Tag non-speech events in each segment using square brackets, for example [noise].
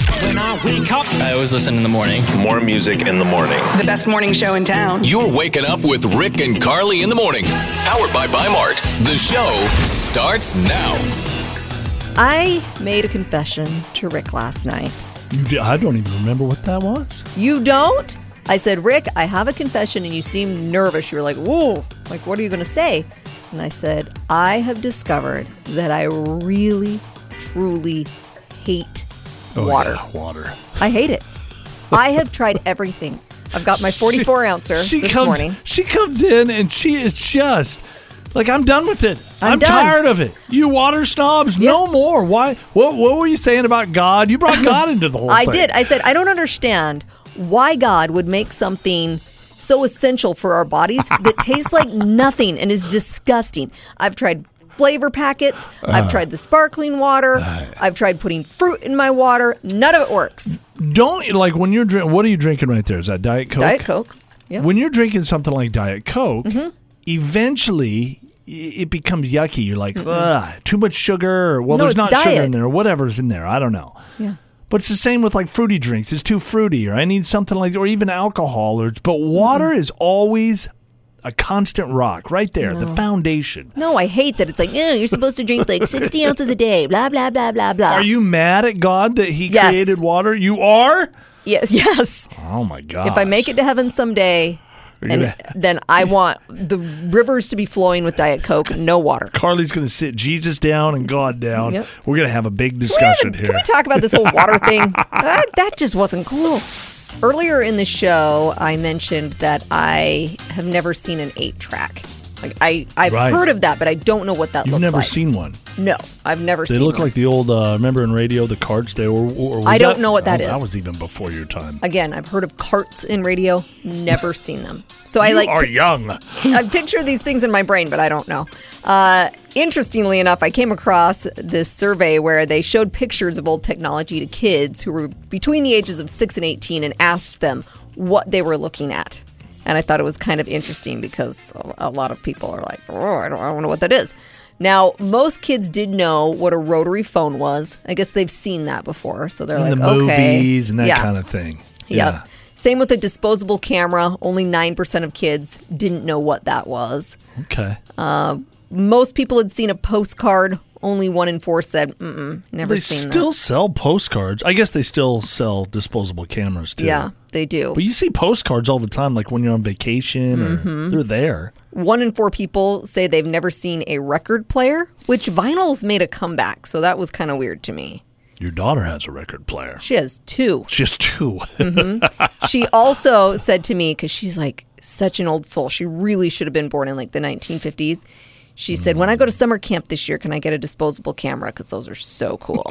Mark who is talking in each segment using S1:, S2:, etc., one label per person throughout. S1: I wake up.
S2: I always listen in the morning.
S3: More music in the morning.
S4: The best morning show in town.
S5: You're waking up with Rick and Carly in the morning. Powered by Bimart. The show starts now.
S6: I made a confession to Rick last night.
S7: You d I don't even remember what that was.
S6: You don't? I said, Rick, I have a confession, and you seemed nervous. You were like, whoa, like, what are you going to say? And I said, I have discovered that I really, truly hate Uh, water.
S7: Oh, yeah, water.
S6: I hate it. I have tried everything. I've got my 44
S7: [laughs] She-
S6: ouncer
S7: She
S6: this
S7: comes.
S6: morning.
S7: She comes in and she is just like I'm done with it.
S6: I'm done.
S7: tired of it. You water snobs, no more. Why? What? What were you saying about God? You
S6: [laughs]
S7: brought God into the whole
S6: I
S7: thing.
S6: did. I said, I don't understand why God would make something so essential for our
S7: [laughs]
S6: bodies that tastes like nothing and is disgusting. I've tried flavor packets,
S7: Uh-huh.
S6: I've tried the sparkling water, I've tried putting fruit in my water. None of it works.
S7: Don't like when you're drinking. What are you drinking right there? Is that Diet Coke?
S6: Diet Coke. Yeah. Mm-hmm.
S7: When you're drinking something like Diet Coke, eventually i- it becomes yucky. You're like, ugh, too much sugar. Or, well,
S6: No,
S7: there's
S6: it's
S7: not sugar in
S6: diet.
S7: there, or whatever's in there. I don't know.
S6: Yeah.
S7: But it's the same with like fruity drinks. It's too fruity, or I need something like, or even alcohol, or but water
S6: Mm-hmm.
S7: is always a constant rock right there, the foundation.
S6: No, I hate that. It's like, yeah, you're supposed to drink like
S7: [laughs]
S6: 60 ounces a day, blah, blah, blah, blah, blah.
S7: Are you mad at God that He
S6: Yes.
S7: created water? You are.
S6: Yes, yes.
S7: Oh my God!
S6: If I make it to heaven someday, and
S7: gonna- [laughs]
S6: then I want the rivers to be flowing with Diet Coke, no water.
S7: Carly's going to sit Jesus down and God down.
S6: Yep.
S7: We're going to have a big
S6: Can we
S7: discussion
S6: have-
S7: here.
S6: Can we talk about this whole water
S7: [laughs]
S6: thing? that, that just wasn't cool. Earlier in the show, I mentioned that I have never seen an eight track. Like I, I've
S7: Right.
S6: heard of that, but I don't know what that
S7: You've
S6: looks
S7: never
S6: like.
S7: seen one.
S6: No, I've never
S7: They
S6: seen.
S7: look
S6: one.
S7: like the old. Uh, remember in radio the carts? They were. Or was
S6: I don't
S7: that-
S6: know what that
S7: oh, That
S6: is.
S7: was even before your time.
S6: Again, I've heard of carts in radio,
S7: [laughs]
S6: never seen them. So I like
S7: you are young.
S6: I picture these things in my brain, but I don't know. Uh, interestingly enough, I came across this survey where they showed pictures of old technology to kids who were between the ages of 6 and 18 and asked them what they were looking at. And I thought it was kind of interesting because a- a lot of people are like, oh, I don't, I don't know what that is. Now, most kids did know what a rotary phone was. I guess they've seen that before. So they're
S7: In
S6: like,
S7: the
S6: okay.
S7: movies and that
S6: Yeah.
S7: kind of thing.
S6: Yep. Same with the disposable camera. Only 9% of kids didn't know what that was.
S7: Yeah. Okay.
S6: Most people had seen a postcard. Only one in four said, mm-mm, never
S7: they
S6: seen
S7: still
S6: that.
S7: sell postcards. I guess they still sell disposable cameras too.
S6: Yeah, they do.
S7: But you see postcards all the time, like when you're on vacation. Or
S6: Mm-hmm.
S7: They're there.
S6: one in four people say they've never seen a record player, which vinyls made a comeback. So that was kind of weird to me.
S7: Your daughter has a record player. [laughs]
S6: She has two.
S7: Just two. [laughs]
S6: she also said to me because she's like such an old soul she really should have been born in like the 1950s she
S7: Mm.
S6: said when i go to summer camp this year can i get a disposable camera because those are so
S7: [laughs]
S6: cool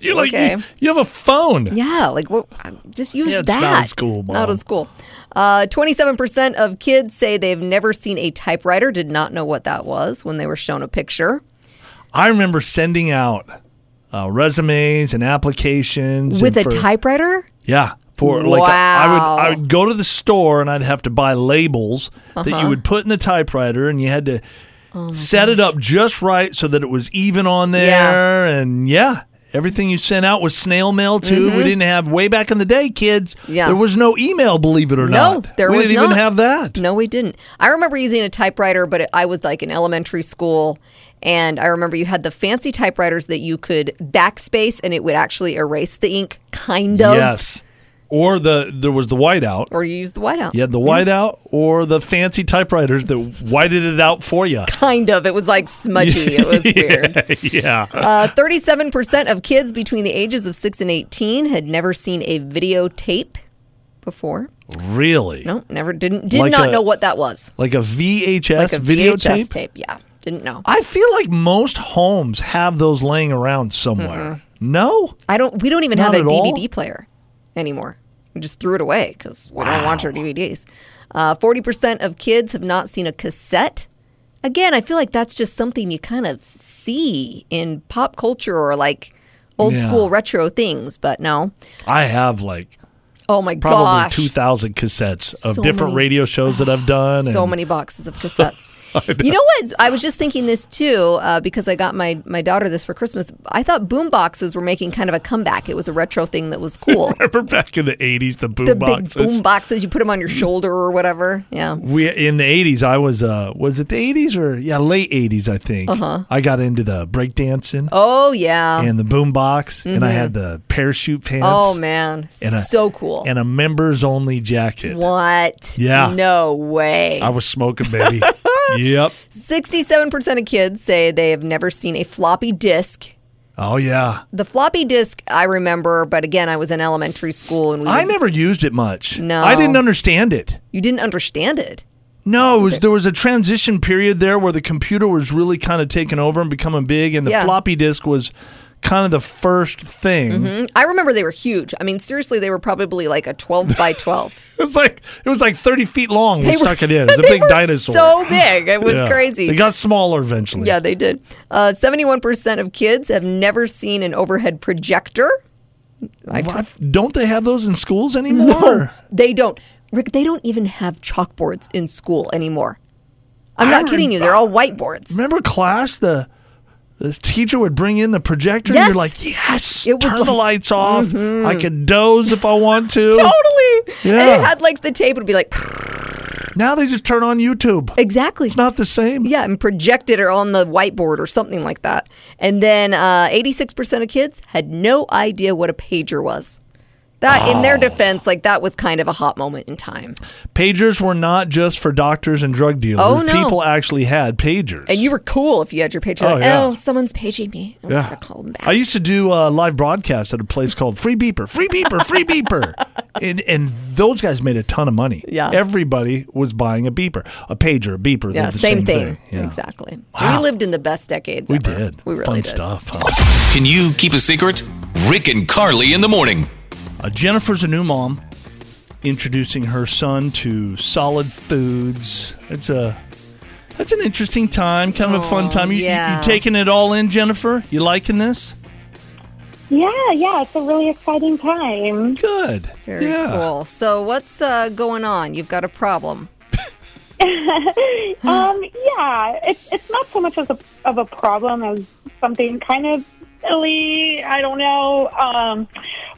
S7: you're like
S6: Okay.
S7: you, you have a phone.
S6: yeah like what I'm- just use
S7: Yeah, it's
S6: that
S7: not as cool,
S6: not
S7: Mom.
S6: as cool uh, 27% of kids say they've never seen a typewriter did not know what that was when they were shown a picture
S7: I remember sending out uh, resumes and applications
S6: with a
S7: and for-
S6: typewriter
S7: Yeah. For like I
S6: Wow.
S7: would I would go to the store and I'd have to buy labels that
S6: Uh-huh.
S7: you would put in the typewriter and you had to
S6: Oh
S7: set it up just right so that it was even on there and yeah. Everything you sent out was snail mail too. We didn't have way back in the day, kids.
S6: Mm-hmm. Yeah.
S7: There was no email, believe it or
S6: No,
S7: not.
S6: there
S7: we
S6: was
S7: didn't even
S6: not.
S7: have that.
S6: No, we didn't. I remember using a typewriter, but it, I was like in elementary school. And I remember you had the fancy typewriters that you could backspace and it would actually erase the ink, kind of.
S7: Yes. Or the there was the whiteout.
S6: Or you use the whiteout.
S7: You had the
S6: Mm-hmm.
S7: whiteout or the fancy typewriters that whited it out for you.
S6: Kind of. It was like smudgy. It was
S7: [laughs]
S6: weird.
S7: yeah.
S6: Uh, 37% of kids between the ages of 6 and 18 had never seen a videotape before.
S7: really?
S6: No, never. Didn't, did
S7: Like
S6: not
S7: a-
S6: know what that was.
S7: Like a VHS
S6: Like a
S7: videotape?
S6: VHS tape. Yeah. Didn't know.
S7: I feel like most homes have those laying around somewhere. No?
S6: I don't. We don't even have
S7: Not
S6: a
S7: at all?
S6: DVD player anymore. We just threw it away because we don't want our DVDs. Uh, Forty percent of kids have not seen a cassette. Again, I feel like that's just something you kind of see in pop culture or like old
S7: Yeah.
S6: school retro things, but no.
S7: I have like
S6: Oh my
S7: probably
S6: gosh!
S7: 2,000 cassettes of
S6: So
S7: different
S6: many- [sighs]
S7: radio shows that I've done.
S6: so
S7: and
S6: many boxes of cassettes. You know what? I was just thinking this too uh, because I got my my daughter this for Christmas. I thought boom boxes were making kind of a comeback. It was a retro thing that
S7: [laughs]
S6: was cool.
S7: [laughs] Remember back in the 80s, the boom
S6: the
S7: boxes? Mm.
S6: big boom boxes you put them on your shoulder or whatever. Yeah.
S7: we in the 80s i was uh was it the 80s or yeah late 80s i think uh-huh. i got into the breakdancing
S6: Oh yeah.
S7: and the boom box and i had the parachute pants
S6: Mm-hmm. oh man,
S7: and a-
S6: so cool.
S7: and a members only jacket
S6: what?
S7: Yeah.
S6: No way.
S7: i was
S6: [laughs]
S7: smoking baby yep
S6: 67% of kids say they have never seen a floppy disk.
S7: oh yeah
S6: The floppy disk, I remember, but again, I was in elementary school and we
S7: i
S6: didn't-
S7: never used it much
S6: No.
S7: i didn't understand it
S6: you didn't understand it.
S7: no, it was, there was a transition period there where the computer was really kind of taking over and becoming big, and the
S6: Yeah.
S7: floppy disk was kind of the first thing.
S6: I remember they were huge. I mean, seriously, they were probably like a 12
S7: [laughs]
S6: by 12.
S7: [laughs] It was like it was like thirty feet long. We
S6: They were-
S7: stuck it
S6: [laughs]
S7: in. It was a
S6: they
S7: big
S6: were
S7: dinosaur.
S6: So big. It was
S7: [laughs] Yeah.
S6: crazy.
S7: They got smaller eventually.
S6: yeah, they did. Uh, 71% of kids have never seen an overhead projector. I
S7: What? Don't they have those in schools anymore?
S6: Oh, They don't. Rick, they don't even have chalkboards in school anymore. I'm
S7: I
S6: not kidding you.
S7: remember-
S6: They're all whiteboards.
S7: Remember class the the teacher would bring in the projector and
S6: Yes.
S7: you're like, Yes,
S6: It was
S7: turn the
S6: like- Mm-hmm.
S7: lights off. I can doze if I want to.
S6: [laughs] Totally. And
S7: Yeah.
S6: it had like the tape would be like, [laughs]
S7: Now they just turn on YouTube.
S6: exactly.
S7: It's not the same.
S6: Yeah, and projected it on the whiteboard or something like that. And then uh, 86% of kids had no idea what a pager was. That, in
S7: Oh.
S6: their defense, like that was kind of a hot moment in time.
S7: Pagers were not just for doctors and drug dealers.
S6: Oh, no.
S7: People actually had pagers.
S6: And you were cool if you had your pager.
S7: Oh,
S6: like,
S7: yeah.
S6: oh someone's paging me. I'm
S7: Yeah.
S6: gonna call them back.
S7: I used to do uh, live broadcasts at a place called Free Beeper, Free Beeper, Free
S6: [laughs]
S7: Beeper, and and those guys made a ton of money.
S6: Yeah.
S7: everybody was buying a beeper, a pager, a beeper. they're
S6: yeah,
S7: the
S6: same, thing.
S7: Yeah.
S6: Exactly.
S7: Wow.
S6: We lived in the best decades.
S7: We
S6: ever.
S7: did.
S6: We really
S7: Fun
S6: did.
S7: stuff.
S6: [laughs]
S7: huh?
S5: Can you keep a secret? Rick and Carly in the morning.
S7: Uh, Jennifer's a new mom, introducing her son to solid foods. It's a that's an interesting time, kind of a fun
S6: Oh,
S7: time. You, you-
S6: yeah.
S7: you taking it all in, Jennifer? You liking this?
S1: Yeah, yeah, it's a really exciting
S7: [sighs]
S1: time. [laughs]
S7: Good.
S6: Very
S7: yeah.
S6: cool. So what's uh, going on? You've got a problem.
S1: Um, yeah, it's it's not so much as a of a problem as something kind of silly. I don't know. Um,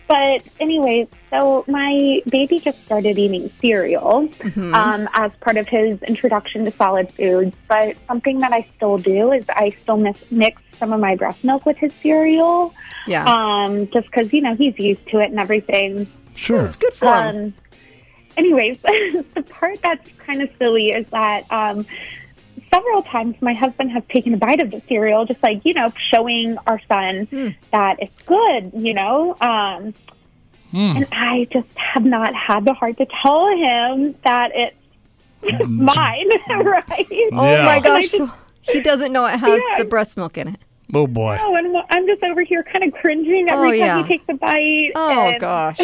S1: but anyway, so my baby just started eating cereal um, as part of his introduction to solid foods. But something that I still do is I still mix, mix some of my breast milk with his cereal,
S6: Yeah.
S1: um, just because you know he's used to it and everything.
S7: Sure.
S6: it's good for 'em.
S1: Um, anyways, [laughs] the part that's kind of silly is that um, several times my husband has taken a bite of the cereal, just like, you know, showing our son that it's good, you know? Um, And I just have not had the heart to tell him that it's [laughs] mine, right?
S6: Oh
S7: Yeah.
S6: my
S7: And
S1: I
S6: gosh. so he doesn't know it has
S1: [laughs] Yeah.
S6: the breast milk in it.
S7: Oh boy.
S1: Oh, and I'm just over here kind of cringing every
S6: Oh,
S1: time
S6: yeah.
S1: he takes a bite.
S6: Oh
S1: and-
S6: gosh.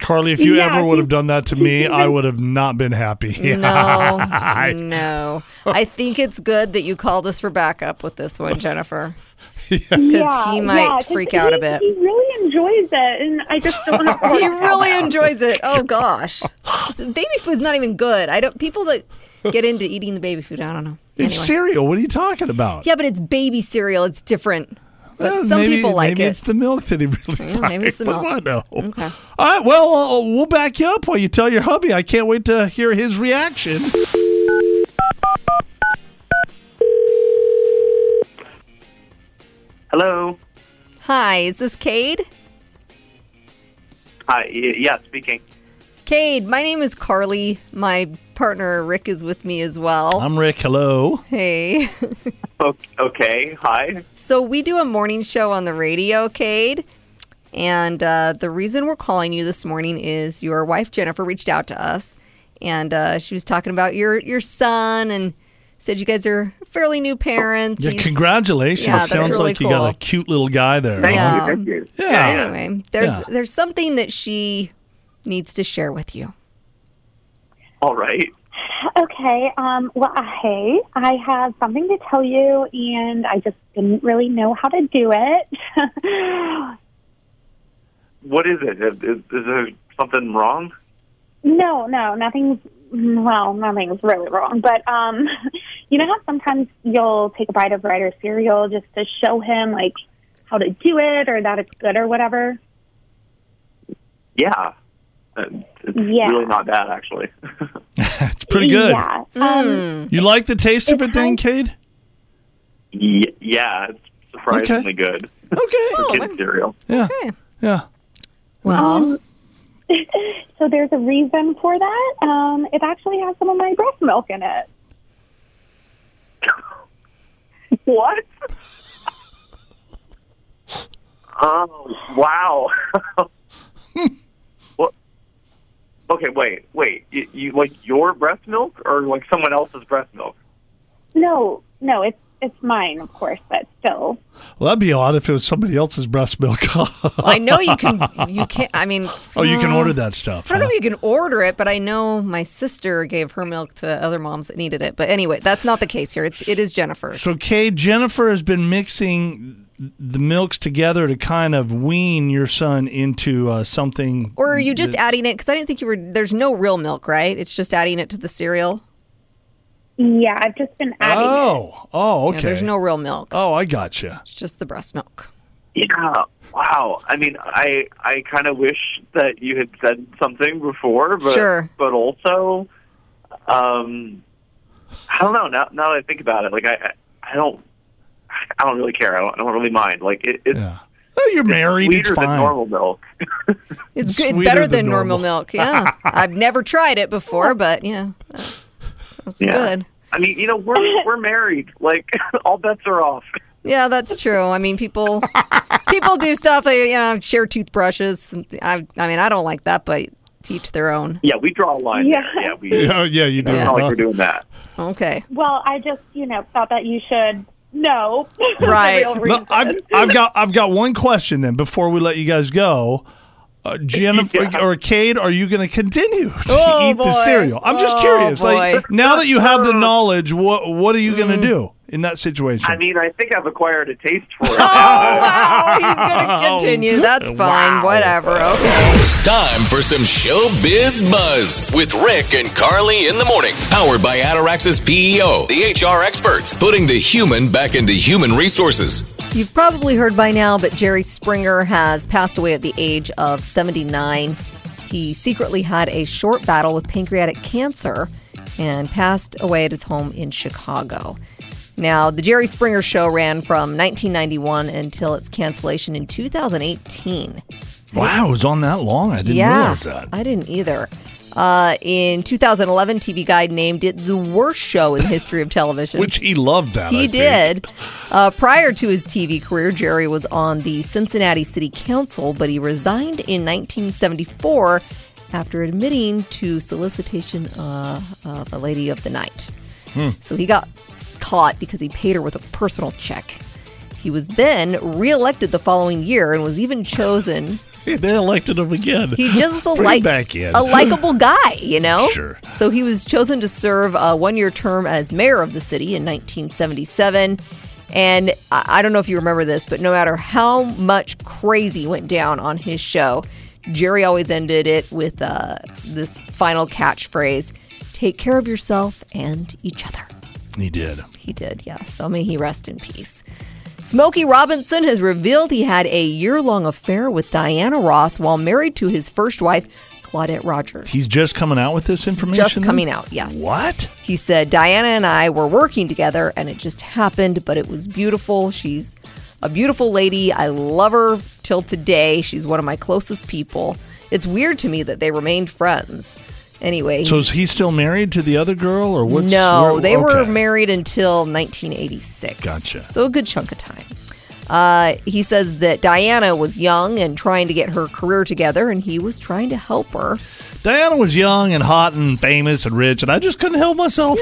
S7: Carly, if you
S1: Yeah,
S7: ever would
S1: he-
S7: have done that to me, I would have not been happy.
S6: Mm,
S7: [laughs]
S6: No. no. I think it's good that you called us for backup with this one, Jennifer.
S1: yeah,
S6: he might
S1: yeah, 'cause
S6: freak out a
S1: he-
S6: bit.
S1: He really enjoys it, and I just
S6: [laughs]
S1: don't know.
S7: Oh,
S6: He really enjoys it. Oh gosh. So baby food's not even good. I don't people that get into eating the baby food, I don't know.
S7: It's
S6: Anyway.
S7: cereal. What are you talking about?
S6: Yeah, but it's baby cereal. It's different. But
S7: Eh,
S6: some
S7: maybe-
S6: people like
S7: maybe
S6: it.
S7: it's the milk that he really
S6: Yeah,
S7: likes.
S6: maybe it's the
S7: What
S6: milk.
S7: do I know?
S6: Okay.
S7: All right. Well, uh, we'll back you up while you tell your hubby. I can't wait to hear his reaction. [laughs]
S2: Hello.
S6: Hi, is this Cade?
S2: Hi. y- Yeah, speaking.
S6: Cade, my name is Carly. My partner Rick is with me as well.
S7: [laughs] I'm Rick. Hello.
S6: hey. [laughs]
S2: O- Okay. Hi.
S6: So we do a morning show on the radio, Cade. And uh, the reason we're calling you this morning is your wife Jennifer reached out to us, and uh, she was talking about your your son and said you guys are fairly new parents.
S7: Yeah,
S6: He's-
S7: congratulations.
S6: Yeah, that's
S7: Sounds
S6: really
S7: like you got a
S6: cool.
S7: cute little guy there.
S2: Thank
S7: huh?
S6: Yeah.
S2: you. Thank you.
S7: Yeah.
S6: Anyway, there's
S7: Yeah.
S6: there's something that she needs to share with you.
S2: All right.
S1: Okay. Um, well, uh, hey, I have something to tell you, and I just didn't really know how to do it. [laughs]
S2: What is it? Is, is there something wrong?
S1: no, no, nothing's well, nothing's really wrong, but um, [laughs] you know how sometimes you'll take a bite of Ryder's cereal just to show him like how to do it or that it's good or whatever.
S2: Yeah. Uh, It's
S1: Yeah.
S2: really not bad, actually.
S7: It's pretty good.
S1: Yeah.
S6: Mm.
S1: Um,
S7: You like the taste of it then, Cade?
S2: Y- yeah, it's surprisingly good.
S7: Okay.
S2: Kid cereal.
S7: Yeah. Yeah.
S6: Well,
S1: so there's a reason for that. Um, it actually has some of my breast milk in it.
S2: What? oh wow. [laughs] well, okay, wait, wait. You, you like your breast milk or like someone else's breast milk?
S1: No, no, it's it's mine, of course, but still.
S7: Well, that'd be odd if it was somebody else's breast milk. [laughs] oh,
S6: I know you can. You can't. I mean,
S7: you can
S6: uh,
S7: order that stuff.
S6: I don't know
S7: huh?
S6: if you can order it, but I know my sister gave her milk to other moms that needed it. But anyway, that's not the case here. It's, it is Jennifer's.
S7: So, Cade, Jennifer has been mixing the milks together to kind of wean your son into uh, something.
S6: or are you just adding it? Because I didn't think you were. There's no real milk, right? It's just adding it to the cereal.
S1: Yeah, I've just been adding. it.
S7: Oh, oh,
S6: Yeah,
S7: okay.
S6: there's no real milk.
S7: oh, I gotcha.
S6: It's just the breast milk.
S2: Yeah. Wow. I mean, I I kind of wish that you had said something before, but
S6: Sure.
S2: but also, um, I don't know. Now now that I think about it, like I I I don't I don't really care. I don't, I don't really mind. Like it, it's
S7: Yeah. Oh, you're married. It's
S2: sweeter than
S7: fine.
S2: normal milk.
S6: It's, good, it's
S7: Sweeter
S6: better than,
S7: than
S6: normal.
S7: normal.
S6: milk.
S7: [laughs]
S6: Yeah, I've never tried it before, but yeah, that's good.
S2: I mean, you know, we're we're married. Like [laughs] all bets are off.
S6: Yeah, that's true. I mean, people people do stuff. They you know share toothbrushes. I I mean, I don't like that, but to each their own.
S2: Yeah, we draw a line.
S1: Yeah.
S2: there. yeah, we.
S7: Oh, [laughs] yeah, you do.
S2: It's not like we're doing that.
S6: Okay.
S1: Well, I just you know thought that you should know. [laughs] the
S6: Right.
S1: real
S7: No,
S1: reason.
S7: I've, I've got I've got one question then before we let you guys go. Uh, Jennifer
S2: Yeah.
S7: or Cade, are you going to continue [laughs] to
S6: Oh,
S7: eat
S6: boy.
S7: the cereal? I'm just
S6: Oh,
S7: curious.
S6: boy. Mm.
S7: Like now that you have the knowledge, what what are you going to do in that situation?
S2: I mean, I think I've acquired a taste for it.
S6: Oh wow, he's
S7: [laughs]
S6: gonna continue. That's fine.
S7: Wow.
S6: Whatever. Okay.
S5: Time for some showbiz buzz with Rick and Carly in the morning. Powered by Ataraxis PEO, the HR experts, putting the human back into human resources.
S6: You've probably heard by now, but Jerry Springer has passed away at the age of 79. He secretly had a short battle with pancreatic cancer and passed away at his home in Chicago. Now, the Jerry Springer show ran from 1991 until its cancellation in 2018.
S7: wow, it was on that long. I didn't
S6: yeah,
S7: realize that.
S6: I didn't either. Uh, in 2011, TV Guide named it the worst show in the history of television.
S7: Which he loved that. I
S6: He
S7: think.
S6: did. Uh, prior to his TV career, Jerry was on the Cincinnati City Council, but he resigned in 1974 after admitting to solicitation uh, of a lady of the night.
S7: Hmm.
S6: So he got caught because he paid her with a personal check. He was then reelected the following year and was even chosen.
S7: [laughs] They elected him again. [laughs]
S6: He just was a
S7: Bring
S6: like
S7: back in. [laughs]
S6: a likable guy, you know.
S7: Sure.
S6: So he was chosen to serve a one-year term as mayor of the city in 1977. And I I don't know if you remember this, but no matter how much crazy went down on his show, Jerry always ended it with uh, this final catchphrase: "Take care of yourself and each other."
S7: he did.
S6: He did, yeah. So may he rest in peace. Smokey Robinson has revealed he had a year long affair with Diana Ross while married to his first wife, Claudette Rogers.
S7: He's just coming out with this information.
S6: just
S7: then?
S6: coming out, yes.
S7: What?
S6: He said, Diana and I were working together and it just happened, but it was beautiful. She's a beautiful lady. I love her till today. She's one of my closest people. It's weird to me that they remained friends. Anyway,
S7: So is he still married to the other girl, or what's?
S6: no,
S7: where-
S6: they were
S7: okay.
S6: married until 1986.
S7: Gotcha.
S6: So a good chunk of time. Uh, he says that Diana was young and trying to get her career together, and he was trying to help her.
S7: Diana was young and hot and famous and rich, and I just couldn't help myself.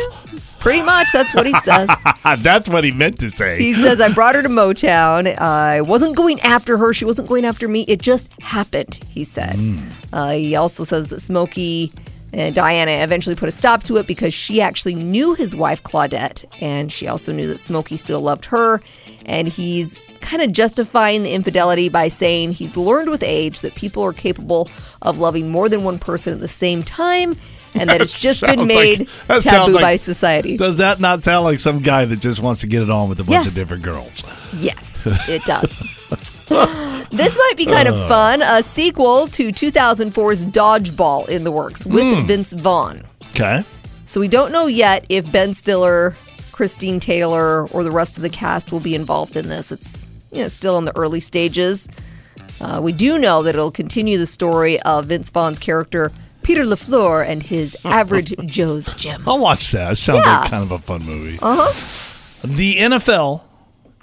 S6: Pretty much, that's what he says.
S7: [laughs] That's what he meant to say.
S6: He says, I brought her to Motown. I wasn't going after her. She wasn't going after me. It just happened, he said.
S3: Hmm.
S6: Uh, he also says that Smokey and Diana eventually put a stop to it because she actually knew his wife, Claudette, and she also knew that Smokey still loved her. And he's kind of justifying the infidelity by saying he's learned with age that people are capable of loving more than one person at the same time.
S3: [laughs]
S6: and that it's just been
S3: Sounds
S6: made
S3: like- that
S6: taboo
S3: sounds like-
S6: by society.
S3: Does that not sound like some guy that just wants to get it on with a bunch of
S6: Yes.
S3: different girls?
S7: [laughs]
S6: Yes, it does. this might be kind of
S7: Uh.
S6: fun. A sequel to 2004's Dodgeball in the works with
S7: Hmm.
S6: Vince Vaughn.
S7: Okay.
S6: So we don't know yet if Ben Stiller, Christine Taylor, or the rest of the cast will be involved in this. It's you know, still in the early stages. Uh, we do know that it'll continue the story of Vince Vaughn's character Peter LaFleur and his
S7: [laughs]
S6: average Joe's gym.
S3: I'll watch that. It sounds
S6: Yeah. Uh-huh.
S3: like kind of a fun movie.
S7: The NFL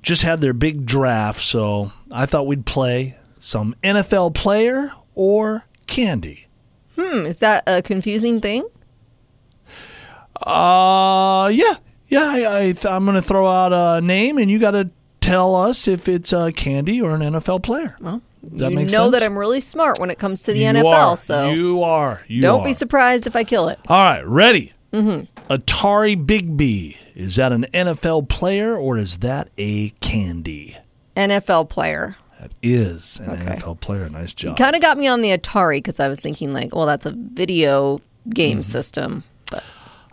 S7: just had their big draft, so I thought we'd play some NFL player or candy.
S6: Is that a confusing thing?
S7: Uh, yeah, yeah. I, I th- I'm gonna throw out a name, and you got to tell us if it's a candy or an NFL player. Well, that
S6: you
S7: makes
S6: know
S7: sense?
S6: that I'm really smart when it comes to the
S7: You
S6: NFL,
S7: are.
S6: so
S7: you are. You
S6: don't
S7: are.
S6: be surprised if I kill it.
S7: All right, ready. Mm-hmm. Atari Bigby. Is that an NFL player or is that a candy?
S6: NFL player.
S7: That is an NFL player. Nice job.
S6: Kind of got me on the Atari because I was thinking like, well, that's a video
S7: Mm-hmm.
S6: game system. But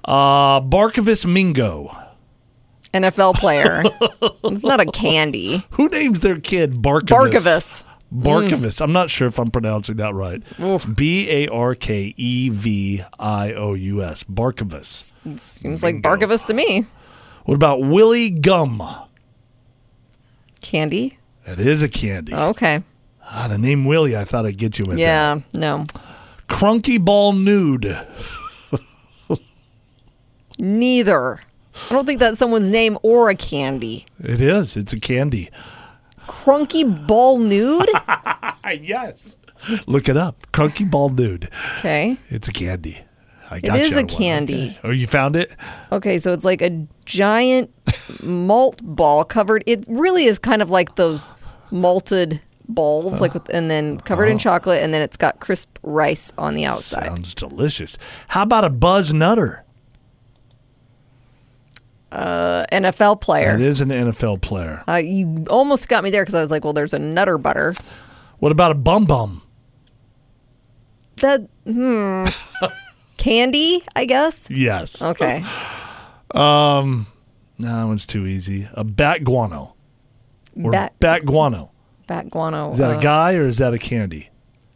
S7: Uh, Barkovus Mingo.
S6: NFL
S7: [laughs]
S6: player. it's not a candy.
S7: Who named their kid Barkovus?
S6: Barkovus.
S7: Barkovus. I'm not sure if I'm pronouncing that right. It's B A R K E V I O U S. Barkovus.
S6: Seems like Barkovus to me.
S7: What about Willie Gum?
S6: Candy.
S7: That is a candy.
S6: Okay.
S7: Ah, the name Willie, I thought I'd get you with that.
S6: Uh. Yeah. No.
S7: Crunky Ball Nude.
S6: Neither. I don't think that's someone's name or a candy.
S7: It is. It's a candy.
S6: Crunky ball
S7: [laughs]
S6: nude.
S7: Ah, yes. Look it up. Crunky Ball Nude.
S6: Okay.
S3: It's a candy.
S7: I
S6: It
S7: got
S6: is
S7: you on
S6: a
S7: one.
S6: candy.
S7: Oh, you found it?
S6: Okay, so it's like a giant malt ball covered. It really is kind of like those malted balls, like with, and then covered
S7: Uh-huh.
S6: in chocolate, and then it's got crisp rice on the outside.
S7: Sounds delicious. How about a Buzz Nutter?
S6: A NFL
S7: That
S6: player.
S7: is an NFL player.
S6: Uh, you almost got me there because I was like, well, there's a nutter butter.
S7: What about a Bum Bum?
S6: That hmm,
S7: [laughs]
S6: candy, I guess.
S7: Yes. [laughs]
S6: Okay,
S7: No, that one's too easy. A bat guano. Or
S6: Bat-
S7: bat, guano.
S6: bat guano.
S7: Is that
S6: uh,
S7: a guy or is that a candy?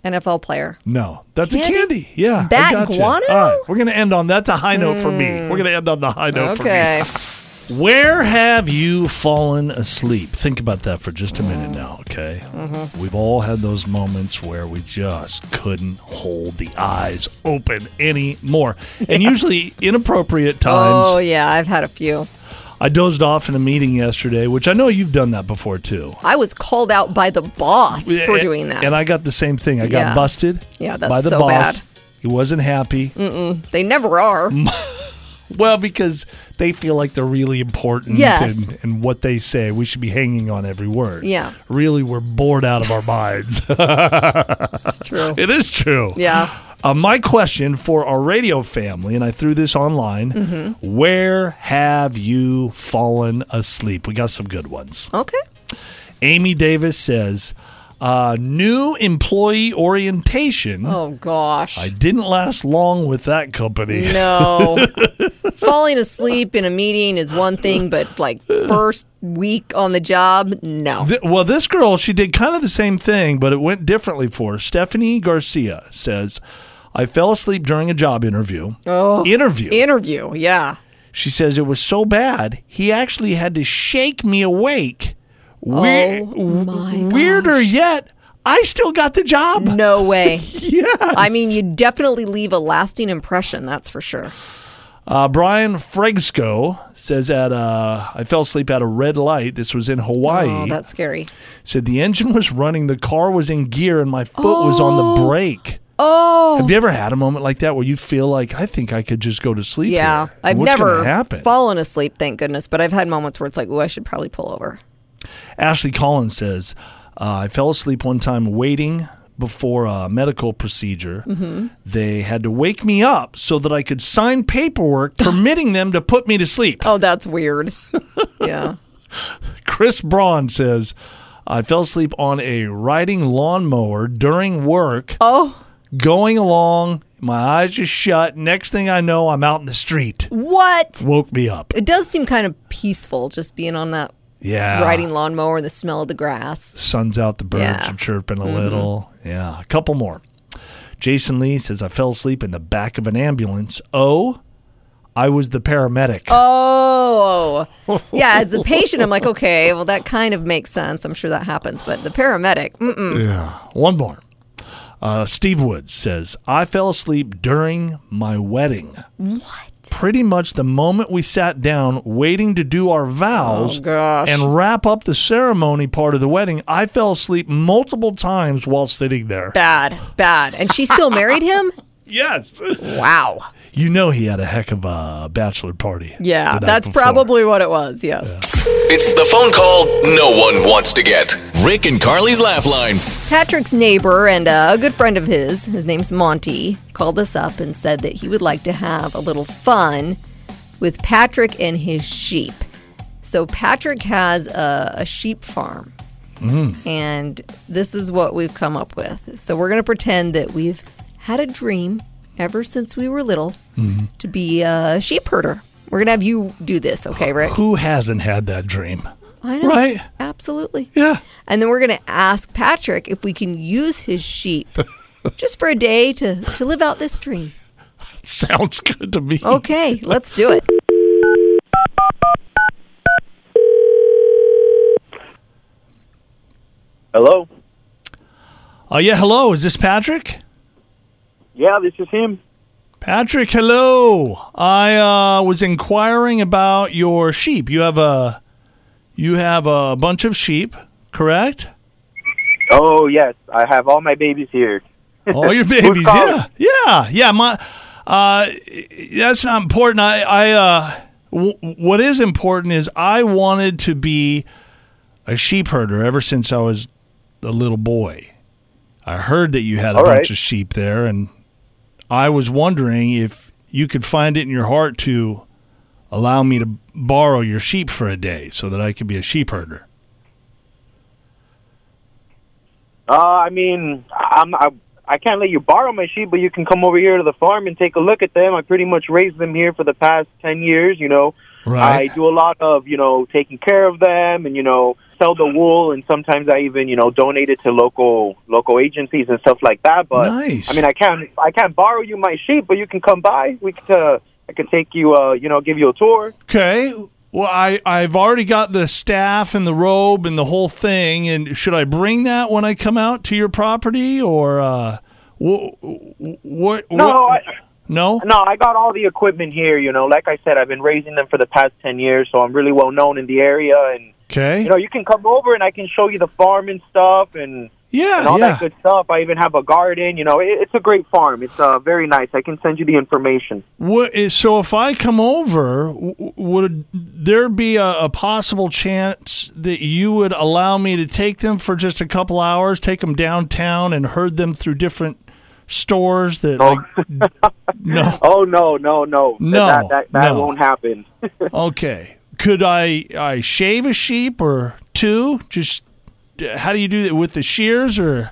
S6: NFL player.
S7: No, that's
S6: Candy?
S7: a candy. Yeah. I
S6: Bat
S7: gotcha.
S6: guano?
S7: All right, we're going to end on that's a high note for me. We're going to end on the high note [laughs]
S6: okay,
S7: for me. Where have you fallen asleep? Think about that for just a minute now, okay?
S6: Mm-hmm.
S7: We've all had those moments where we just couldn't hold the eyes open anymore. And usually inappropriate times.
S6: oh yeah, I've had a few.
S7: I dozed off in a meeting yesterday, which I know you've done that before too.
S6: I was called out by the boss for
S7: And-
S6: doing that.
S7: And I got the same thing. I got
S6: Yeah.
S7: busted
S6: Yeah, that's
S7: by the
S6: so
S7: boss.
S6: bad. Mm.
S7: He wasn't happy.
S6: they never are.
S7: Well, because they feel like they're really important
S6: Yes.
S7: and, and what they say, we should be hanging on every word.
S6: Yeah.
S7: Really, we're bored out of
S6: [laughs]
S7: our minds.
S6: True.
S7: it is true.
S6: Yeah.
S7: Uh, my question for our radio family, and I threw this online
S6: Mm-hmm.
S7: where have you fallen asleep? We got some good ones.
S6: Okay.
S7: Amy Davis says, uh, new employee orientation.
S6: Oh gosh.
S7: I didn't last long with that company.
S6: no. Falling asleep in a meeting is one thing, but like first week on the job, no.
S7: [laughs] Th- well, this girl, she did kind of the same thing, but it went differently for her. Stephanie Garcia says, I fell asleep during a job interview. Oh, interview.
S6: Interview, yeah.
S7: she says it was so bad, he actually had to shake me awake.
S6: Oh,
S7: w-
S6: my
S7: weirder yet, I still got the job.
S6: No way.
S7: [laughs] Yes.
S6: I mean, you definitely leave a lasting impression, that's for sure.
S7: Uh, Brian Fresco says at uh, I fell asleep at a red light. This was in Hawaii.
S6: Oh, that's scary.
S7: said the engine was running, the car was in gear, and my foot was on the brake.
S6: Oh,
S7: Have you ever had a moment like that where you feel like I think I could just go to sleep?
S6: yeah.
S7: here?
S6: I've
S7: What's
S6: never
S7: gonna happen.
S6: fallen asleep, thank goodness, but I've had moments where it's like, oh, I should probably pull over.
S7: Ashley Collins says, uh, I fell asleep one time waiting before a medical procedure.
S6: Mm-hmm.
S7: They had to wake me up so that I could sign
S6: [laughs]
S7: paperwork permitting them to put me to sleep.
S6: Oh, that's
S7: [laughs]
S6: weird. yeah.
S7: Chris Braun says, I fell asleep on a riding lawnmower during work.
S6: Oh,
S7: going along. My eyes just shut. Next thing I know, I'm out in the street.
S6: What?
S7: Woke me up.
S6: It does seem kind of peaceful just being on that
S7: Yeah.
S6: riding lawnmower and the smell of the grass.
S7: Sun's out, the birds
S6: Yeah. Mm-hmm.
S7: are chirping a little. Yeah. A couple more. Jason Lee says, I fell asleep in the back of an ambulance. Oh, I was the paramedic.
S6: Oh. Yeah, as [laughs] the patient, I'm like, okay, well, that kind of makes sense. I'm sure that happens. But the paramedic, mm-mm.
S7: One more. Uh, Steve Woods says, I fell asleep during my wedding. What? Pretty much the moment we sat down waiting to do our vows
S6: Oh, gosh.
S7: and wrap up the ceremony part of the wedding, I fell asleep multiple times while sitting there.
S6: bad, bad. And she still married him?
S7: Yes.
S6: [laughs]
S7: [laughs]
S6: Wow.
S7: you know he had a heck of a bachelor party.
S6: Yeah,
S7: the night
S6: that's
S7: before.
S6: probably what it was. Yes.
S5: It's the phone call no one wants to get. Rick and Carly's Laugh Line.
S6: Patrick's neighbor and uh, a good friend of his, his name's Monty, called us up and said that he would like to have a little fun with Patrick and his sheep. So Patrick has a, a sheep farm. And this is what we've come up with. So we're going to pretend that we've had a dream ever since we were little to be a sheep herder. We're going to have you do this, okay, Rick?
S7: Who hasn't had that dream?
S6: I know.
S7: [gasps] Right?
S6: Absolutely.
S7: Yeah. [laughs]
S6: And then we're going to ask Patrick if we can use
S3: [laughs]
S6: his sheep just for a day to, to live out this dream.
S7: Sounds good to me.
S6: Okay,
S3: [laughs]
S6: let's do it.
S2: Hello.
S7: Oh, yeah. Hello. Is this Patrick?
S2: Yeah, this is him.
S7: Patrick, hello. I uh, was inquiring about your sheep. You have a you have a bunch of sheep, correct?
S2: Oh yes, I have all my babies here.
S7: All your babies, yeah,
S2: calling?
S7: yeah, yeah. My, uh, that's not important. I, I, uh, w- what is important is I wanted to be a sheep herder ever since I was a little boy. I heard that you had a
S2: All
S7: bunch
S2: right.
S7: of sheep there, and I was wondering if you could find it in your heart to allow me to borrow your sheep for a day so that I could be a sheep herder.
S2: Uh, I mean, I'm I, I can't let you borrow my sheep, but you can come over here to the farm and take a look at them. I pretty much raised them here for the past ten years. You know,
S7: Right.
S2: I do a lot of you know taking care of them, and you know sell the wool, and sometimes I even you know donate it to local local agencies and stuff like that. But
S7: Nice.
S2: I mean, I can't I can't borrow you my sheep, but you can come by. We could. Uh, I could take you, uh, you know, give you a tour.
S7: Okay. Well, I, I've already got the staff and the robe and the whole thing. And should I bring that when I come out to your property or uh, what? what
S2: No,
S7: what-
S2: I-
S7: no.
S2: No, I got all the equipment here. You know, like I said, I've been raising them for the past ten years, so I'm really well known in the area. And
S7: Okay.
S2: you know, you can come over and I can show you the farm and stuff and, and
S7: yeah.
S2: all
S7: Yeah.
S2: that good stuff. I even have a garden. You know, it, it's a great farm. It's uh, very nice. I can send you the information.
S7: What is, eh, so if I come over, w- w- would there be a, a possible chance that you would allow me to take them for just a couple hours, take them downtown, and herd them through different stores that? Like,
S2: [laughs]
S7: no.
S2: Oh no, no, no,
S7: No,
S2: that that, that
S7: no.
S2: won't happen.
S7: Okay. Could I I shave a sheep or two? Just how do you do that with the shears or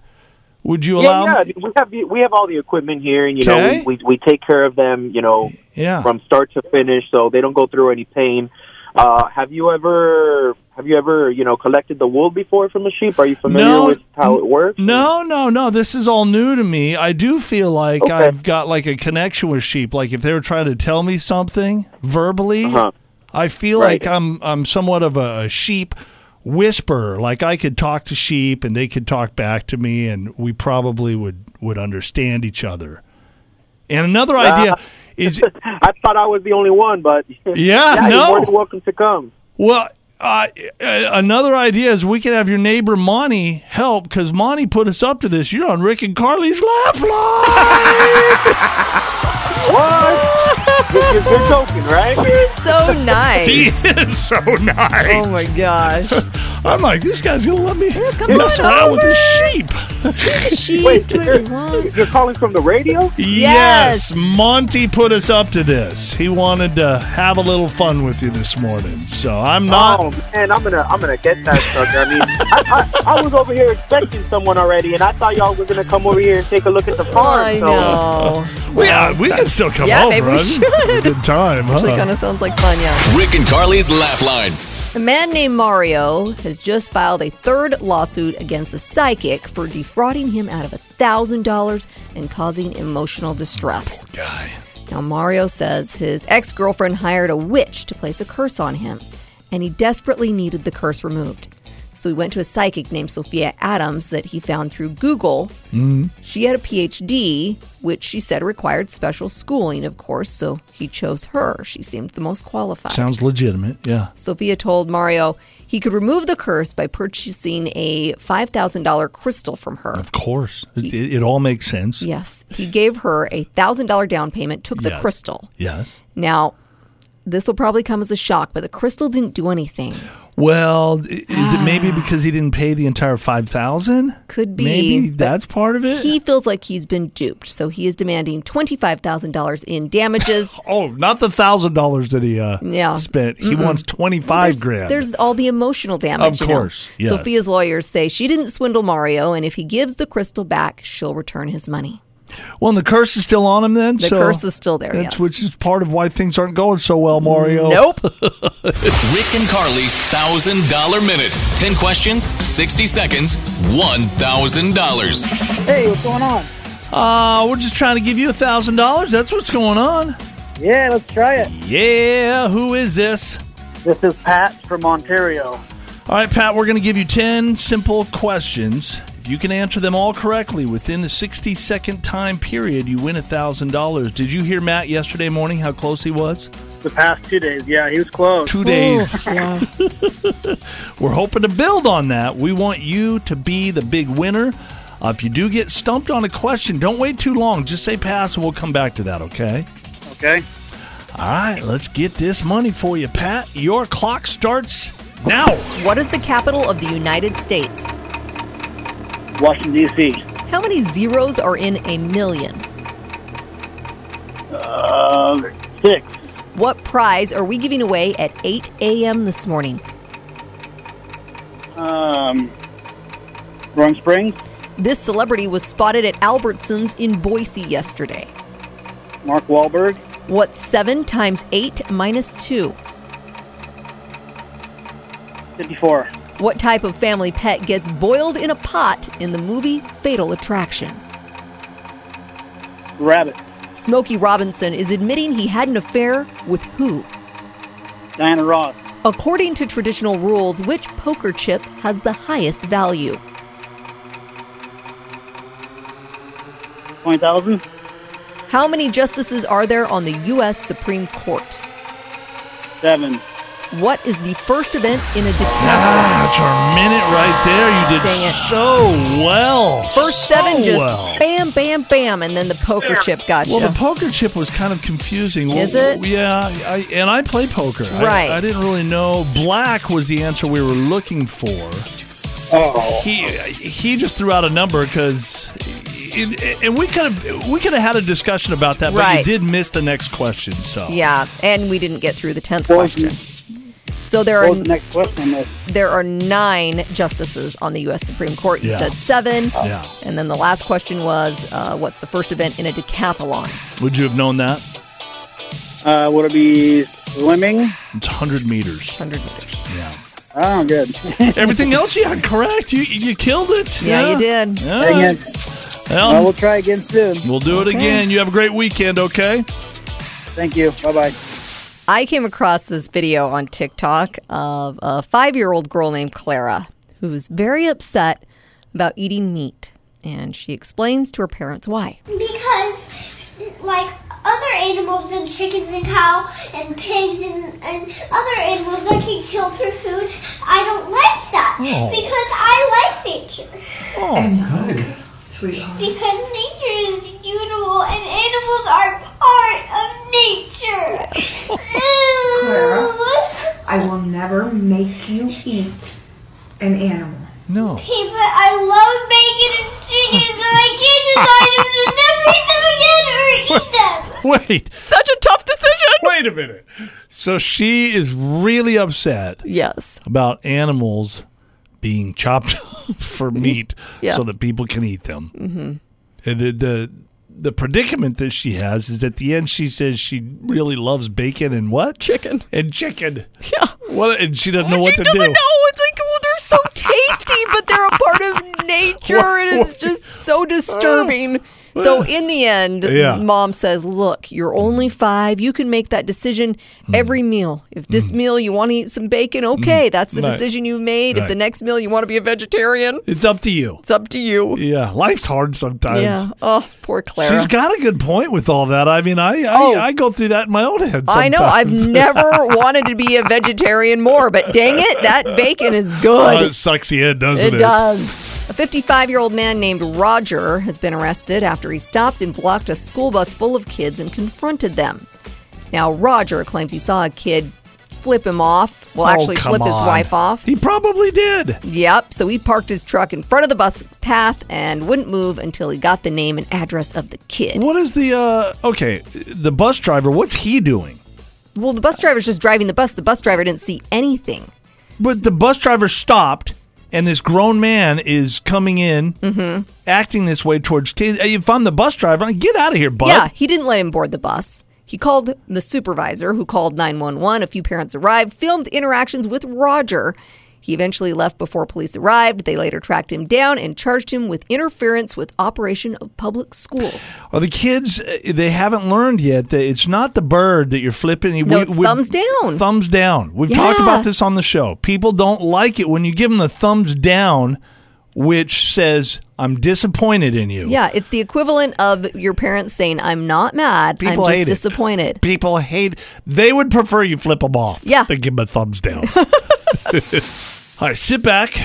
S7: would you allow
S2: yeah, yeah, we have the- we have all the equipment here, and you
S7: um, Okay.
S2: know, we, we we take care of them. You know,
S7: Yeah.
S2: from start to finish, so they don't go through any pain. Uh, have you ever have you ever you know collected the wool before from a sheep? Are you familiar
S7: No.
S2: with how it works?
S7: No, no, no. This is all new to me. I do feel like
S2: Okay.
S7: I've got like a connection with sheep. Like if they were trying to tell me something verbally,
S2: Uh-huh.
S7: I feel
S2: Right.
S7: like I'm I'm somewhat of a sheep whisperer. Like I could talk to sheep and they could talk back to me and we probably would would understand each other. And another
S2: [laughs]
S7: idea is
S2: I thought I was the only one, but [laughs]
S7: Yeah,
S2: you're more
S7: no.
S2: than welcome to come.
S7: Well, uh, another idea is we could have your neighbor Monty help because Monty put us up to this. You're on Rick and Carly's Laugh Line.
S2: What? you're, you're- you're joking, right?
S6: You're so nice.
S3: He is so nice.
S6: Oh my
S3: [laughs]
S6: gosh.
S3: I'm like, this guy's gonna let me
S6: come
S3: mess
S6: on
S3: around with
S6: over.
S3: his sheep.
S6: She
S2: Wait,
S6: do what
S2: you're,
S6: you want.
S2: you're calling from the radio?
S6: Yes.
S7: Yes. Monty put us up to this. He wanted to have a little fun with you this morning. So I'm not.
S2: Oh man, I'm gonna I'm gonna get that sucker. I mean, I, I, I was over here expecting someone already, and I thought y'all were gonna come over here and take a look at the farm.
S6: I
S2: so
S6: know.
S7: uh,
S3: yeah, we can still come
S6: Yeah,
S3: over.
S6: maybe we
S3: It's a Good time, huh?
S6: Actually, kind of sounds like fun, yeah.
S5: Rick and Carly's Laugh Line.
S6: A man named Mario has just filed a third lawsuit against a psychic for defrauding him out of $1,000 and causing emotional distress.
S3: guy.
S6: Now, Mario says his ex girlfriend hired a witch to place a curse on him, and he desperately needed the curse removed. So he went to a psychic named Sophia Adams that he found through Google.
S7: Mm-hmm.
S6: She had a PhD, which she said required special schooling, of course, so he chose her. She seemed the most qualified.
S7: Sounds legitimate. Yeah.
S6: Sophia told Mario he could remove the curse by purchasing a $5,000 crystal from her.
S7: Of course. It, it, it all makes sense.
S6: Yes. He gave her a $1,000 down payment, took the
S7: Yes.
S6: crystal.
S7: Yes.
S6: Now, this will probably come as a shock, but the crystal didn't do anything.
S7: Well, i- is it maybe because he didn't pay the entire 5000
S6: Ah. Could be,
S7: Maybe
S6: but
S7: that's part of it.
S6: He feels like he's been duped, so he is demanding $25,000 in
S7: [sighs]
S6: damages.
S7: oh, not the $1,000 that he uh,
S6: Yeah.
S7: spent. He wants 25
S6: there's,
S7: grand.
S6: there's all the emotional damage.
S7: Of
S6: you know.
S7: course, yes.
S6: Sophia's lawyers say she didn't swindle Mario, and if he gives the crystal back, she'll return his money.
S7: well, and the curse is still on him then?
S6: The curse is still there,
S7: That's
S6: yes.
S7: which is part of why things aren't going so well, Mario.
S6: Nope.
S5: Rick and Carly's $1,000 minute. 10 questions, 60 seconds, $1,000.
S2: hey, what's going on?
S7: Uh, we're just trying to give you a thousand dollars. That's what's going on.
S2: Yeah, let's try it.
S7: Yeah, who is this?
S2: This is Pat from Ontario.
S7: All right, Pat, we're going to give you 10 simple questions. If you can answer them all correctly within the 60 second time period, you win $1,000. Did you hear Matt yesterday morning how close he was?
S2: The past two days, yeah, he was close.
S7: Two days. [laughs] We're hoping to build on that. We want you to be the big winner. Uh, if you do get stumped on a question, don't wait too long. Just say pass and we'll come back to that, okay?
S2: Okay.
S7: All right, let's get this money for you, Pat. Your clock starts now.
S6: What is the capital of the United States?
S2: Washington D.C.
S6: How many zeros are in a million?
S2: Uh, six.
S6: What prize are we giving away at 8 a.m. this morning?
S2: Um, Rome Springs,
S6: This celebrity was spotted at Albertsons in Boise yesterday.
S2: Mark Wahlberg,
S6: What's 7 times 8 minus 2?
S2: fifty-four.
S6: What type of family pet gets boiled in a pot in the movie Fatal Attraction?
S2: Rabbit,
S6: Smokey Robinson is admitting he had an affair with who?
S2: Diana Ross,
S6: According to traditional rules, which poker chip has the highest value?
S2: twenty thousand.
S6: How many justices are there on the U.S. Supreme Court?
S2: Seven.
S6: What is the first event in a decade?
S7: Ah, that's our minute right there. You did
S6: Dang it.
S7: so well.
S6: First
S7: So
S6: seven just
S7: Oh, well.
S6: bam, bam, bam, and then the poker chip got
S7: Well,
S6: you.
S7: the poker chip was kind of confusing.
S6: Is
S7: Well,
S6: it?
S7: Yeah, I, and I play poker. I-
S6: Right.
S7: I, didn't really know. Black was the answer we were looking for.
S2: Oh.
S7: He he just threw out a number because, and we could have we could have had a discussion about that, but
S6: Right.
S7: you did miss the next question. So
S6: yeah, and we didn't get through the tenth
S2: What was the-
S6: question. So there
S2: What
S6: are
S2: was the next question? Miss?
S6: there are nine justices on the U.S. Supreme Court. You
S7: Yeah.
S6: said seven,
S7: Yeah.
S6: and then the last question was, uh, "What's the first event in a decathlon?"
S7: would you have known that?
S2: Uh, would it be swimming?
S7: It's hundred meters.
S6: Hundred meters.
S7: Yeah.
S2: Oh, good. [laughs] Dang
S7: Everything else you had correct. You you killed it.
S6: Yeah, you did.
S7: Yeah.
S2: it. Uh,
S7: Well,
S2: Well, we'll try again soon.
S7: We'll do it
S6: Okay.
S7: again. You have a great weekend, okay?
S2: Thank you. Bye bye.
S6: I came across this video on TikTok of a five year old girl named Clara who was very upset about eating meat. And she explains to her parents why.
S4: Because, like other animals and chickens and cow and pigs and, and other animals that get killed for food, I don't like that. Because I like nature. Because nature is beautiful and animals are part nature. [laughs] Ew.
S8: I will never make you eat an animal.
S7: No.
S4: Okay, but I love bacon and chicken, so I can't decide if to never eat them again or eat them.
S7: [laughs] Wait.
S6: Such a tough decision.
S7: Wait a minute. So she is really upset
S6: Yes.
S7: about animals being chopped [laughs] up for meat
S6: Yeah.
S7: so that people can eat them. Mm-hmm. And the, the the predicament that she has is at the end she says she really loves bacon and what
S6: Chicken.
S7: and chicken.
S6: Yeah.
S7: What and she doesn't know what
S6: she
S7: to
S6: doesn't
S7: do.
S6: know. It's like, well, they're
S7: [laughs]
S6: so tasty, but they're a part of nature. and it's just so disturbing. So in the end,
S7: Uh, Yeah.
S6: mom says, "Look, you're only five. You can make that decision
S7: Hmm.
S6: every meal. If this meal you want to eat some bacon, okay, that's the
S7: Right.
S6: decision you've made. If
S7: Right.
S6: the next meal you want to be a vegetarian,
S7: It's up to you.
S6: it's up to you."
S7: Yeah, life's hard sometimes.
S6: Yeah. Oh, poor Clara.
S7: She's got a good point with all that. I mean, I I,
S6: Oh.
S7: I go through that in my own head. Sometimes.
S6: I know. I've never
S7: [laughs]
S6: wanted to be a vegetarian more, but dang it, that bacon is good.
S7: Oh, it sucks you in, doesn't
S6: It
S7: it?
S6: does. A 55 year old man named Roger has been arrested after he stopped and blocked a school bus full of kids and confronted them. Now, Roger claims he saw a kid flip him off. Well,
S7: Oh,
S6: actually,
S7: come
S6: flip his
S7: on.
S6: wife off.
S7: He probably did.
S6: Yep. So he parked his truck in front of the bus path and wouldn't move until he got the name and address of the kid.
S7: What is the uh okay, the bus driver, what's he doing?
S6: Well, the bus driver's just driving the bus. The bus driver didn't see anything.
S7: But the bus driver stopped and this grown man is coming in
S6: Mm-hmm.
S7: acting this way towards kids. Hey, If I'm the bus driver, I get out of here, bud.
S6: Yeah, he didn't let him board the bus. He called the supervisor, who called 911. A few parents arrived, filmed interactions with Roger. He eventually left before police arrived. They later tracked him down and charged him with interference with operation of public schools.
S7: Are the kids uh, they haven't learned yet that it's not the bird that you're flipping.
S6: No, it's thumbs down.
S7: Thumbs down. We've talked
S6: Yeah.
S7: about this on the show. People don't like it when you give them the thumbs down which says I'm disappointed in you.
S6: Yeah, it's the equivalent of your parents saying, "I'm not mad.
S7: People
S6: I'm
S7: hate
S6: just
S7: it.
S6: disappointed."
S7: People hate. They would prefer you flip them off.
S6: Yeah.
S7: Than give them a thumbs down.
S6: [laughs]
S7: [laughs] All right, sit back.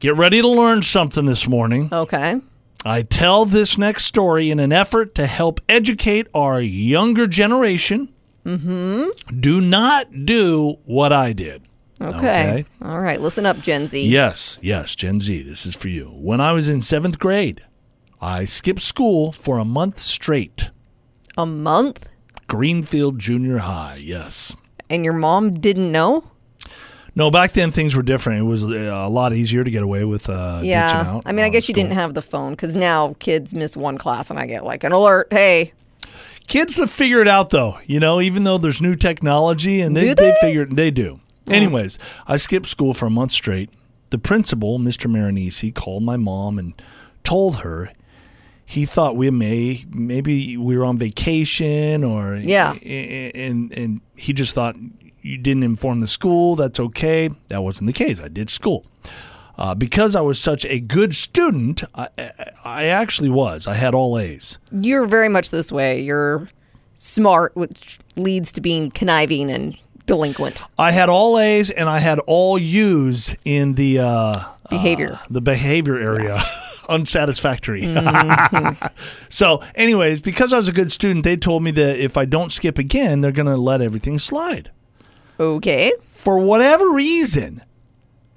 S7: Get ready to learn something this morning.
S6: Okay.
S7: I tell this next story in an effort to help educate our younger generation. Mm-hmm. Do not do what I did.
S6: Okay.
S7: Okay.
S6: All right. Listen up, Gen Z.
S7: Yes, yes, Gen Z, this is for you. When I was in seventh grade, I skipped school for a month straight.
S6: A month,
S7: Greenfield Junior High, yes.
S6: and your mom didn't know.
S7: No, back then things were different. It was uh, a lot easier to get away with. Uh, ditching
S6: Yeah.
S7: out
S6: I mean, I
S7: on
S6: guess you
S7: school.
S6: didn't have the phone because now kids miss one class and I get like an alert. Hey,
S7: Kids that figure it out though, you know, even though there's new technology and they,
S6: Do
S7: they
S6: they? Oh.
S7: figure it, they do. Anyways, I skipped school for a month straight. The principal, Mr. Marinisi, called my mom and told her he thought we may maybe we were on vacation or
S6: Yeah.
S7: and and he just thought you didn't inform the school. That's okay. That wasn't the case. I did school. Uh, because I was such a good student, I, I, I actually was. I had all A's.
S6: you're very much this way. You're smart, which leads to being conniving and delinquent
S7: I had all A's and I had all U's in the uh,
S6: behavior.
S7: the behavior area. [laughs] Unsatisfactory.
S6: Mm-hmm.
S7: [laughs] so, anyways, because I was a good student, they told me that if I don't skip again, they're going to let everything slide.
S6: okay.
S7: For whatever reason,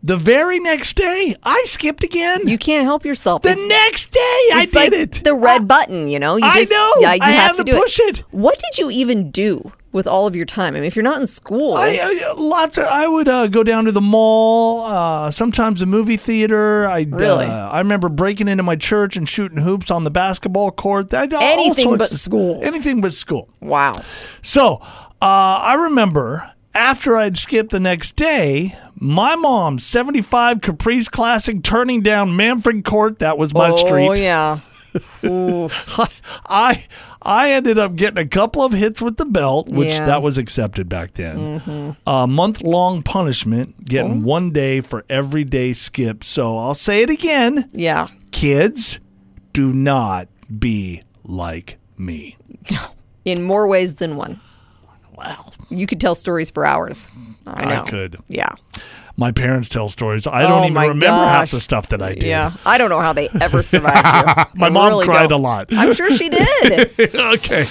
S7: the very next day, I skipped again.
S6: You can't help yourself.
S7: the
S6: It's-
S7: next day, I
S6: it's
S7: did
S6: like
S7: it. Uh,
S6: The red button, you know. You
S7: I
S6: just-
S7: know.
S6: Yeah, you
S7: I
S6: have
S7: had
S6: to,
S7: to
S6: do
S7: push it.
S6: What did you even do with all of your time? I mean, if you're not in school,
S7: I, uh, lots. Of, I would uh, go down to the mall. Uh, sometimes the movie theater. I
S6: Really?
S7: Uh, I remember breaking into my church and shooting hoops on the basketball court. I, all
S6: Anything
S7: sorts
S6: but
S7: of-
S6: school.
S7: Anything but school.
S6: wow.
S7: So uh, I remember after I'd skipped the next day, my mom's seventy-five Caprice Classic turning down Manfred Court. That was my
S6: oh
S7: street.
S6: yeah. Ooh.
S7: I I ended up getting a couple of hits with the belt, which
S6: Yeah. Mm-hmm.
S7: that was accepted back then. A month long punishment, getting
S6: Oh.
S7: one day for every day skip. So I'll say it again,
S6: yeah.
S7: kids, do not be like me.
S6: In more ways than one.
S7: Wow,
S6: You could tell stories for hours. I
S7: I
S6: know.
S7: could.
S6: Yeah.
S7: My parents tell stories. I don't
S6: Oh
S7: even
S6: my
S7: remember half
S6: gosh.
S7: the stuff that I did.
S6: Yeah. I don't know how they ever survived you.
S7: [laughs] My
S6: I
S7: mom
S6: really
S7: cried
S6: don't.
S7: a lot.
S6: I'm sure she did.
S7: [laughs] okay.